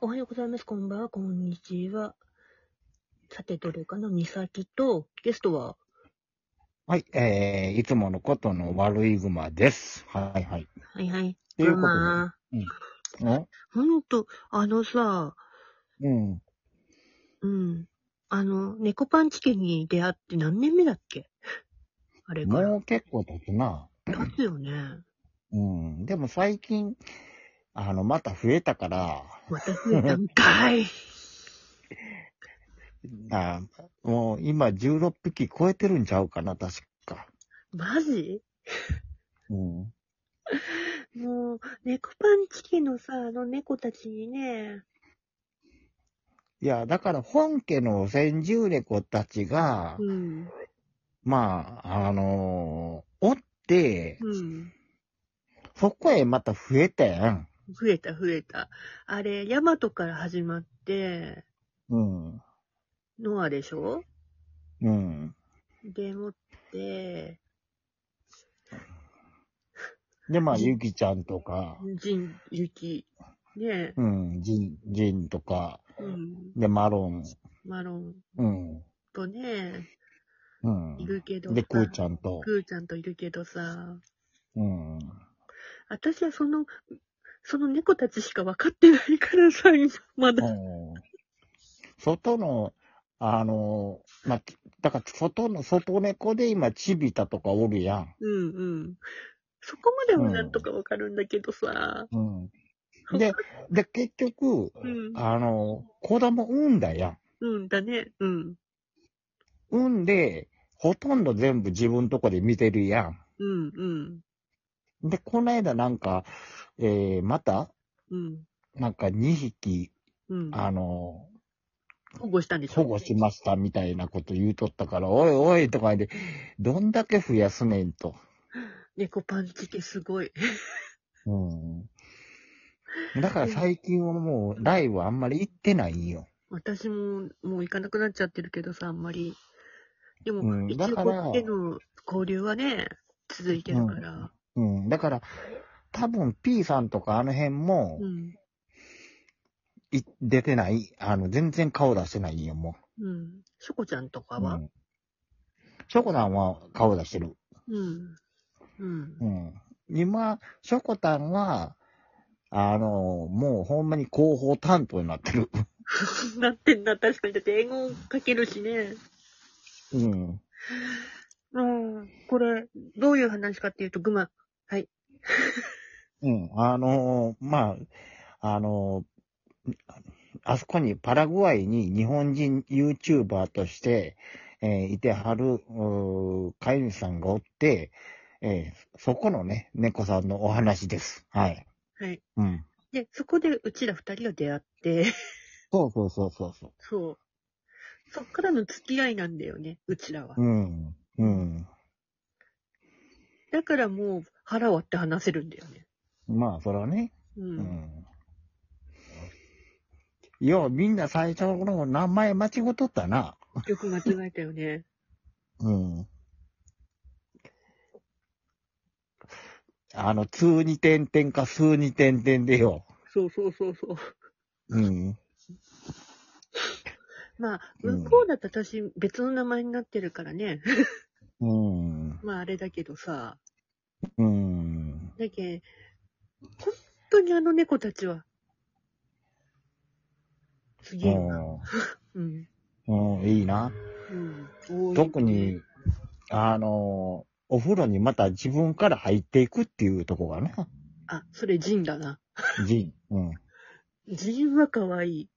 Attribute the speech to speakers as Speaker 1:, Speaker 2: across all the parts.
Speaker 1: おはようございます。こんばんは。こんにちは。さて、どれかなみさきと、ゲストは、
Speaker 2: はい、えー、いつものことの悪いグマです。はいはい。
Speaker 1: はいはい。
Speaker 2: ということで
Speaker 1: まあ、
Speaker 2: ね
Speaker 1: ほんと、あのさ、
Speaker 2: うん。
Speaker 1: うん。あの、猫パンチ家に出会って何年目だっけあれから。
Speaker 2: もう結構経つな。
Speaker 1: 経つよね。
Speaker 2: うん。でも最近、あの、また増えたから、
Speaker 1: また増えたんかい。
Speaker 2: あもう今16匹超えてるんちゃうかな、確か。
Speaker 1: マジ
Speaker 2: うん。
Speaker 1: もう、猫パンチ家のさ、あの猫たちにね、
Speaker 2: いや、だから本家の先住猫たちが、
Speaker 1: うん。
Speaker 2: まあ、あのー、おって、
Speaker 1: うん。
Speaker 2: そこへまた増えたやん。
Speaker 1: 増えた増えた。あれ、ヤマトから始まって、
Speaker 2: うん。
Speaker 1: ノアでしょ
Speaker 2: うん。
Speaker 1: でもって、
Speaker 2: で、まあ、ゆきちゃんとか、
Speaker 1: ジン、ユキ、ねえ、
Speaker 2: うん、ジン、ジンとか、
Speaker 1: うん、
Speaker 2: で、マロン、
Speaker 1: マロン
Speaker 2: うん、
Speaker 1: とね、
Speaker 2: うん
Speaker 1: い。るけどさ、
Speaker 2: で、クーちゃんと、
Speaker 1: クーちゃんといるけどさ、
Speaker 2: うん。
Speaker 1: 私はその、その猫たちしか分かってないからさ、今、まだ。
Speaker 2: うん外の、あの、まあ、だから、外の、外猫で今、チビタとかおるやん。
Speaker 1: うんうん。そこまではなんとか分かるんだけどさ、
Speaker 2: うん。で、で、結局、
Speaker 1: うん
Speaker 2: あの、子供産んだやん。
Speaker 1: うんだね、うん、
Speaker 2: 産んで、ほとんど全部自分とこで見てるやん。
Speaker 1: うん、うん、
Speaker 2: で、この間なんか、えー、また、
Speaker 1: うん、
Speaker 2: なんか2匹、
Speaker 1: うん。
Speaker 2: あの、
Speaker 1: 保護したんでしょ
Speaker 2: 保護しましたみたいなこと言うとったから、おいおいとか言って、どんだけ増やすねんと。
Speaker 1: 猫パンチ系すごい。
Speaker 2: うん。だから最近はもう、ライブあんまり行ってないよ。
Speaker 1: 私も、もう行かなくなっちゃってるけどさ、あんまり。でも、
Speaker 2: うん
Speaker 1: 一
Speaker 2: だから
Speaker 1: 応、での交流はね、続いてるから。
Speaker 2: うん。だから、多分 P さんとかあの辺も
Speaker 1: う、ん。
Speaker 2: い出てない。あの、全然顔出してないよ、も
Speaker 1: うん。しょこちゃんと
Speaker 2: う。
Speaker 1: か
Speaker 2: う
Speaker 1: は
Speaker 2: ん。ショコタンは顔出してる。
Speaker 1: うん。うん。
Speaker 2: うん。今、ショコタンは、あの、もうほんまに広報担当になってる。
Speaker 1: なってんだ、確かに。だって英語書けるしね。
Speaker 2: うん。
Speaker 1: うん。これ、どういう話かっていうと、グマ。
Speaker 2: うん、あのーまあ、あのーあそこにパラグアイに日本人 YouTuber として、えーいてはる、うー飼い主さんがおって、えーそこのね、猫さんのお話です。はい。
Speaker 1: はい。
Speaker 2: うん。
Speaker 1: で、そこでうちら二人が出会って、
Speaker 2: そうそうそうそうそ
Speaker 1: そう。そっからの付き合いなんだよね、うちらは
Speaker 2: う。。うん。うん。
Speaker 1: だからもう、腹割って話せるんだよね。
Speaker 2: まあ、それはね。
Speaker 1: う
Speaker 2: うんん。いや、みんな最初の名前間違っとったな。
Speaker 1: よく間違えたよね。
Speaker 2: うん。あの、通に点々か数に点々でよ。
Speaker 1: そうそうそうそう。
Speaker 2: うん。
Speaker 1: まあ、
Speaker 2: うん
Speaker 1: 向こうだと私、別の名前になってるからね。
Speaker 2: うん。
Speaker 1: まあ、あれだけどさ。
Speaker 2: うん。
Speaker 1: だけど本当にあの猫たちは、すげえな。うん。
Speaker 2: うん。いいな。
Speaker 1: うん。多い
Speaker 2: 特に。、あの、お風呂にまた自分から入っていくっていうとこがな。
Speaker 1: あ、それジンだな。
Speaker 2: ジン。
Speaker 1: ジンは可愛い。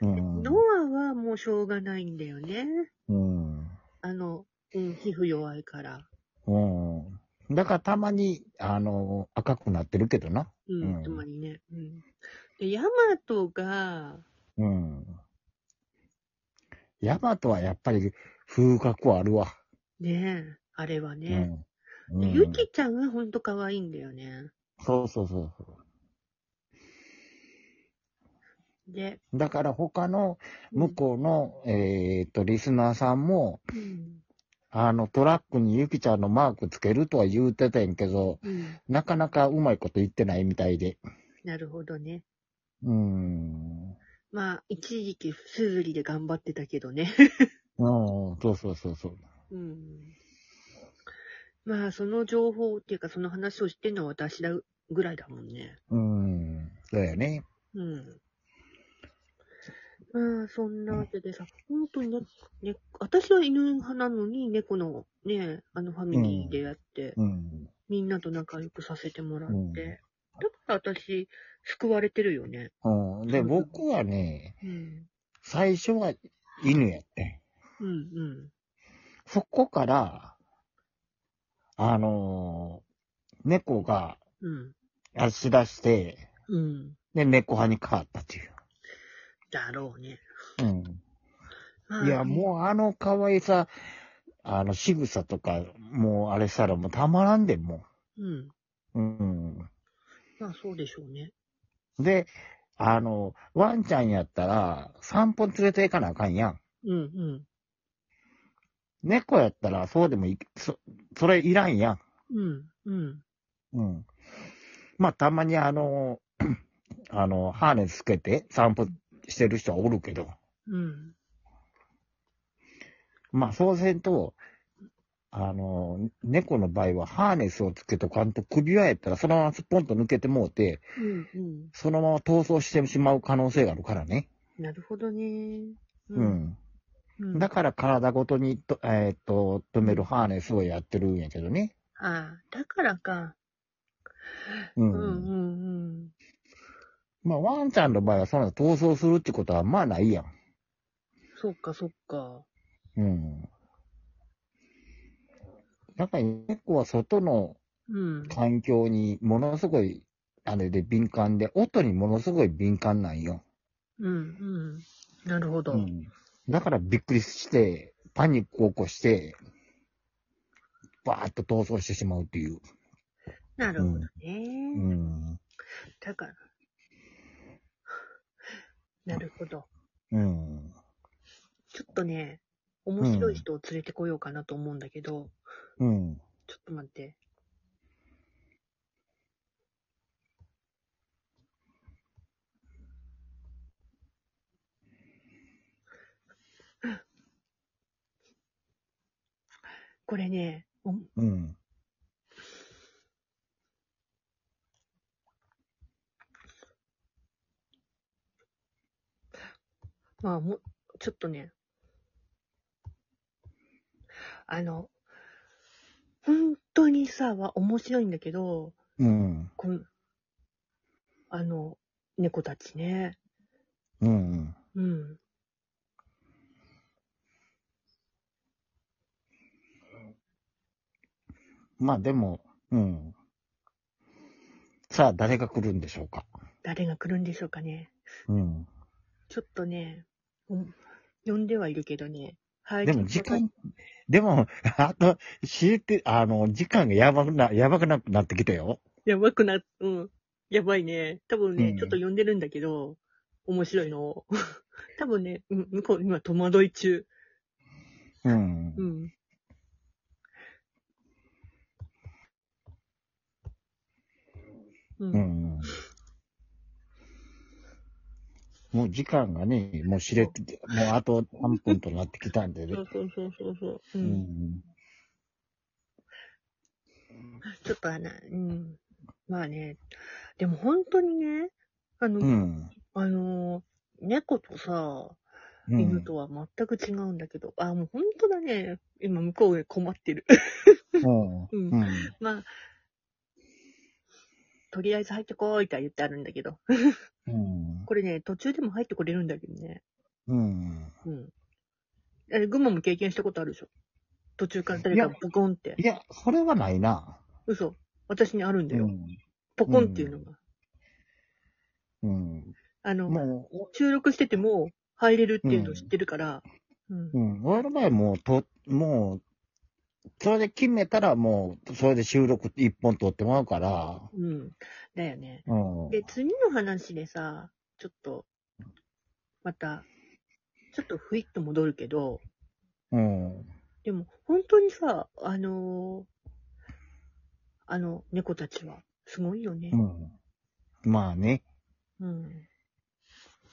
Speaker 2: うん。
Speaker 1: ノアはもうしょうがないんだよね。
Speaker 2: うん。
Speaker 1: あの、うん、皮膚弱いから。
Speaker 2: うん。うん。だからたまに、あの、赤くなってるけどな。
Speaker 1: う、
Speaker 2: うんん
Speaker 1: たまにね。うん。で、ヤマトが、
Speaker 2: うん。ヤマトはやっぱり風格はあるわ。
Speaker 1: ねえ、あれはね。
Speaker 2: うん。う
Speaker 1: で
Speaker 2: ん
Speaker 1: ゆきちゃんはほんと可愛いんだよね。
Speaker 2: そうそうそうそ
Speaker 1: で、
Speaker 2: う。だから他の向こうの、えーっと、リスナーさんも、
Speaker 1: うん。
Speaker 2: あの、トラックにゆきちゃんのマークつけるとは言うてたんやけど、
Speaker 1: うん。
Speaker 2: なかなかうまいこと言ってないみたいで。
Speaker 1: なるほどね。
Speaker 2: うん。
Speaker 1: まあ、一時期、すずりで頑張ってたけど ね。
Speaker 2: うん、そうそうそうそう。
Speaker 1: うん。まあ、その情報っていうか、その話を知ってんのは私だぐらいだもんね。
Speaker 2: うん、そうやね。
Speaker 1: うん。まあ、そんなわけでさ、本当にね、ね、私は犬派なのに、猫のね、あのファミリーでやって、
Speaker 2: うん。
Speaker 1: みんなと仲良くさせてもらって、
Speaker 2: うん
Speaker 1: だから私、救われてるよね。
Speaker 2: うん、で、僕はね、
Speaker 1: うん。
Speaker 2: 最初は犬やって。
Speaker 1: うんうん。
Speaker 2: そこから、あのー猫が
Speaker 1: うん。
Speaker 2: 足し出して、
Speaker 1: うん。
Speaker 2: で、猫派に変わったっていう。
Speaker 1: だろうね。
Speaker 2: うん。いや、もうあの可愛さ、あの仕草とか、もうあれしたらもうたまらんで、も
Speaker 1: う。うん。
Speaker 2: う。うん。
Speaker 1: まあ、そうでしょうね。
Speaker 2: で、あの、ワンちゃんやったら、散歩連れて行かなあかんやん。
Speaker 1: うんうん。
Speaker 2: 猫やったら、そうでもいそ、それいらんやん。
Speaker 1: うん、うん、
Speaker 2: うん。まあ、たまにあの、 あの、ハーネスつけて散歩してる人はおるけど、
Speaker 1: うん、
Speaker 2: まあ、そうせんと、あの、猫の場合はハーネスをつけとかんと首輪やったらそのままスポンと抜けてもうて、
Speaker 1: うん、うん。
Speaker 2: そのまま逃走してしまう可能性があるからね。
Speaker 1: なるほどね。
Speaker 2: う。ん。
Speaker 1: うん、
Speaker 2: だから体ごとにと、えーっと、止めるハーネスをやってるんやけどね。
Speaker 1: ああ、だからか。う
Speaker 2: う
Speaker 1: ん、
Speaker 2: ん。
Speaker 1: うん、うん。
Speaker 2: まあ、ワンちゃんの場合はそんな逃走するってことはまあないやん。
Speaker 1: そっか、そっか。
Speaker 2: うん。だから猫は外の
Speaker 1: うん。
Speaker 2: 環境にものすごい、あれで敏感で、音にものすごい敏感なんよ。
Speaker 1: うん、うん。なるほど。
Speaker 2: うん。だからびっくりして、パニックを起こして、バーッと逃走してしまうっていう。
Speaker 1: なるほどね。
Speaker 2: うん。
Speaker 1: だから。 なるほど。
Speaker 2: うん。
Speaker 1: ちょっとね、面白い人を連れてこようかなと思うんだけど、
Speaker 2: うん。
Speaker 1: ちょっと待って。これね、お
Speaker 2: うん。
Speaker 1: まあもう、ちょっとね、あの、本当にさ、は面白いんだけど、
Speaker 2: うん。
Speaker 1: この、あの、猫たちね、
Speaker 2: うん。
Speaker 1: うん。
Speaker 2: まあでも、うん。さあ、誰が来るんでしょうか。
Speaker 1: 誰が来るんでしょうかね。
Speaker 2: うん。
Speaker 1: ちょっとね、うん呼んではいるけどね。はい。
Speaker 2: でも時間、でも、 あと、知って、あの、時間がやばくな、やばくななってきたよ。
Speaker 1: やばくな、うん。やばいね。多分ね、
Speaker 2: うん
Speaker 1: ちょっと呼んでるんだけど、面白いの を。多分ね、うん、向こう今戸惑い中。
Speaker 2: うん
Speaker 1: う。ん。う。
Speaker 2: うんん。もう時間がね、もう知れて、もうあと半分となってきたんでね
Speaker 1: そ。うそうそうそうそう。う。
Speaker 2: うんん。
Speaker 1: ちょっとあの、うん。まあね、でも本当にね、あの、
Speaker 2: うん。
Speaker 1: あのー、猫とさ、
Speaker 2: うん
Speaker 1: 犬とは全く違うんだけど、あ、もう本当だね。今向こうで困ってる。
Speaker 2: うん。
Speaker 1: うん
Speaker 2: うん。
Speaker 1: まあ、とりあえず入ってこいとは言ってあるんだけど。
Speaker 2: うん
Speaker 1: これね、途中でも入ってこれるんだけどね。
Speaker 2: うん。
Speaker 1: うん。え、群馬も経験したことあるでしょ途中から誰か
Speaker 2: いや
Speaker 1: ポコンって
Speaker 2: い。や、それはないな。
Speaker 1: 嘘。私にあるんだよ。
Speaker 2: うん
Speaker 1: ポコンっていうのが。
Speaker 2: うん。
Speaker 1: あの、
Speaker 2: もう、
Speaker 1: 収録してても入れるっていうのを知ってるから。うん。
Speaker 2: うん、俺の場合はもう、と、もう、それで決めたらもう、それで収録一本撮ってもらうから、
Speaker 1: うん。だよね。
Speaker 2: うん。
Speaker 1: で、次の話でさ、ちょっと、また、ちょっとふいっと戻るけど、
Speaker 2: うん。
Speaker 1: でも本当にさ、あのーあの猫たちはすごいよね
Speaker 2: う。ん。まあね。
Speaker 1: うん。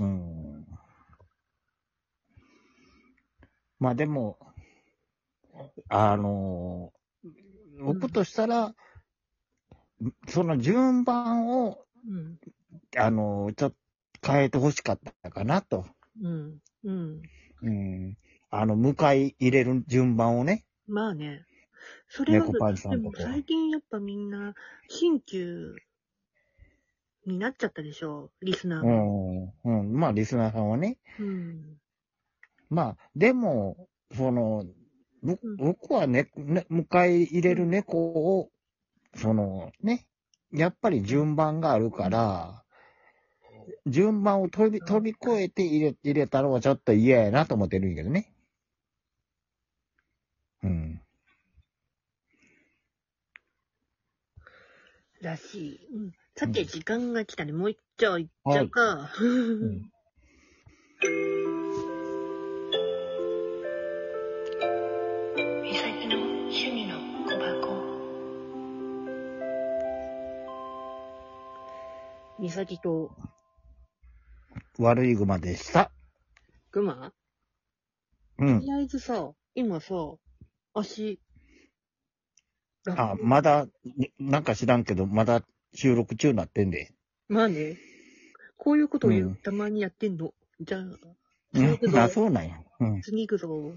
Speaker 2: うん。まあでも、あ
Speaker 1: うん
Speaker 2: のー、置くとしたら、その順番を、
Speaker 1: うん。
Speaker 2: あのー、ちょっと変えてほしかったかなと。
Speaker 1: うん。うん。
Speaker 2: うん。あの、迎え入れる順番をね。
Speaker 1: まあね。それは、
Speaker 2: 猫パンチさ
Speaker 1: で
Speaker 2: んの
Speaker 1: も
Speaker 2: ことは
Speaker 1: 最近やっぱみんな、新旧になっちゃったでしょリスナー
Speaker 2: う
Speaker 1: も。
Speaker 2: ん。うん。まあ、リスナーさんはね。
Speaker 1: うん。
Speaker 2: まあ、でも、その、ぶ
Speaker 1: うん
Speaker 2: 僕はね、ね、迎え入れる猫を、そのね、やっぱり順番があるから、順番を飛び、飛び越えて入れ、入れたのはちょっと嫌やなと思ってるんやけどね。うん。
Speaker 1: らしい。うん。さて、時間が来たね。もう一丁いっちゃうか。
Speaker 2: ん
Speaker 1: 美咲の趣味の小箱。美咲と
Speaker 2: 悪いグマでした。
Speaker 1: グマ
Speaker 2: う
Speaker 1: と
Speaker 2: ん。
Speaker 1: りあえずさ、今さ、足、
Speaker 2: あ、まだ、ねなんか知らんけど、まだ収録中なってんで。
Speaker 1: まあね。こういうことを言う
Speaker 2: うん
Speaker 1: たまにやってんの。じゃあ、次行くぞ
Speaker 2: うん。あ、そうなんや。うん。
Speaker 1: 次行くぞ。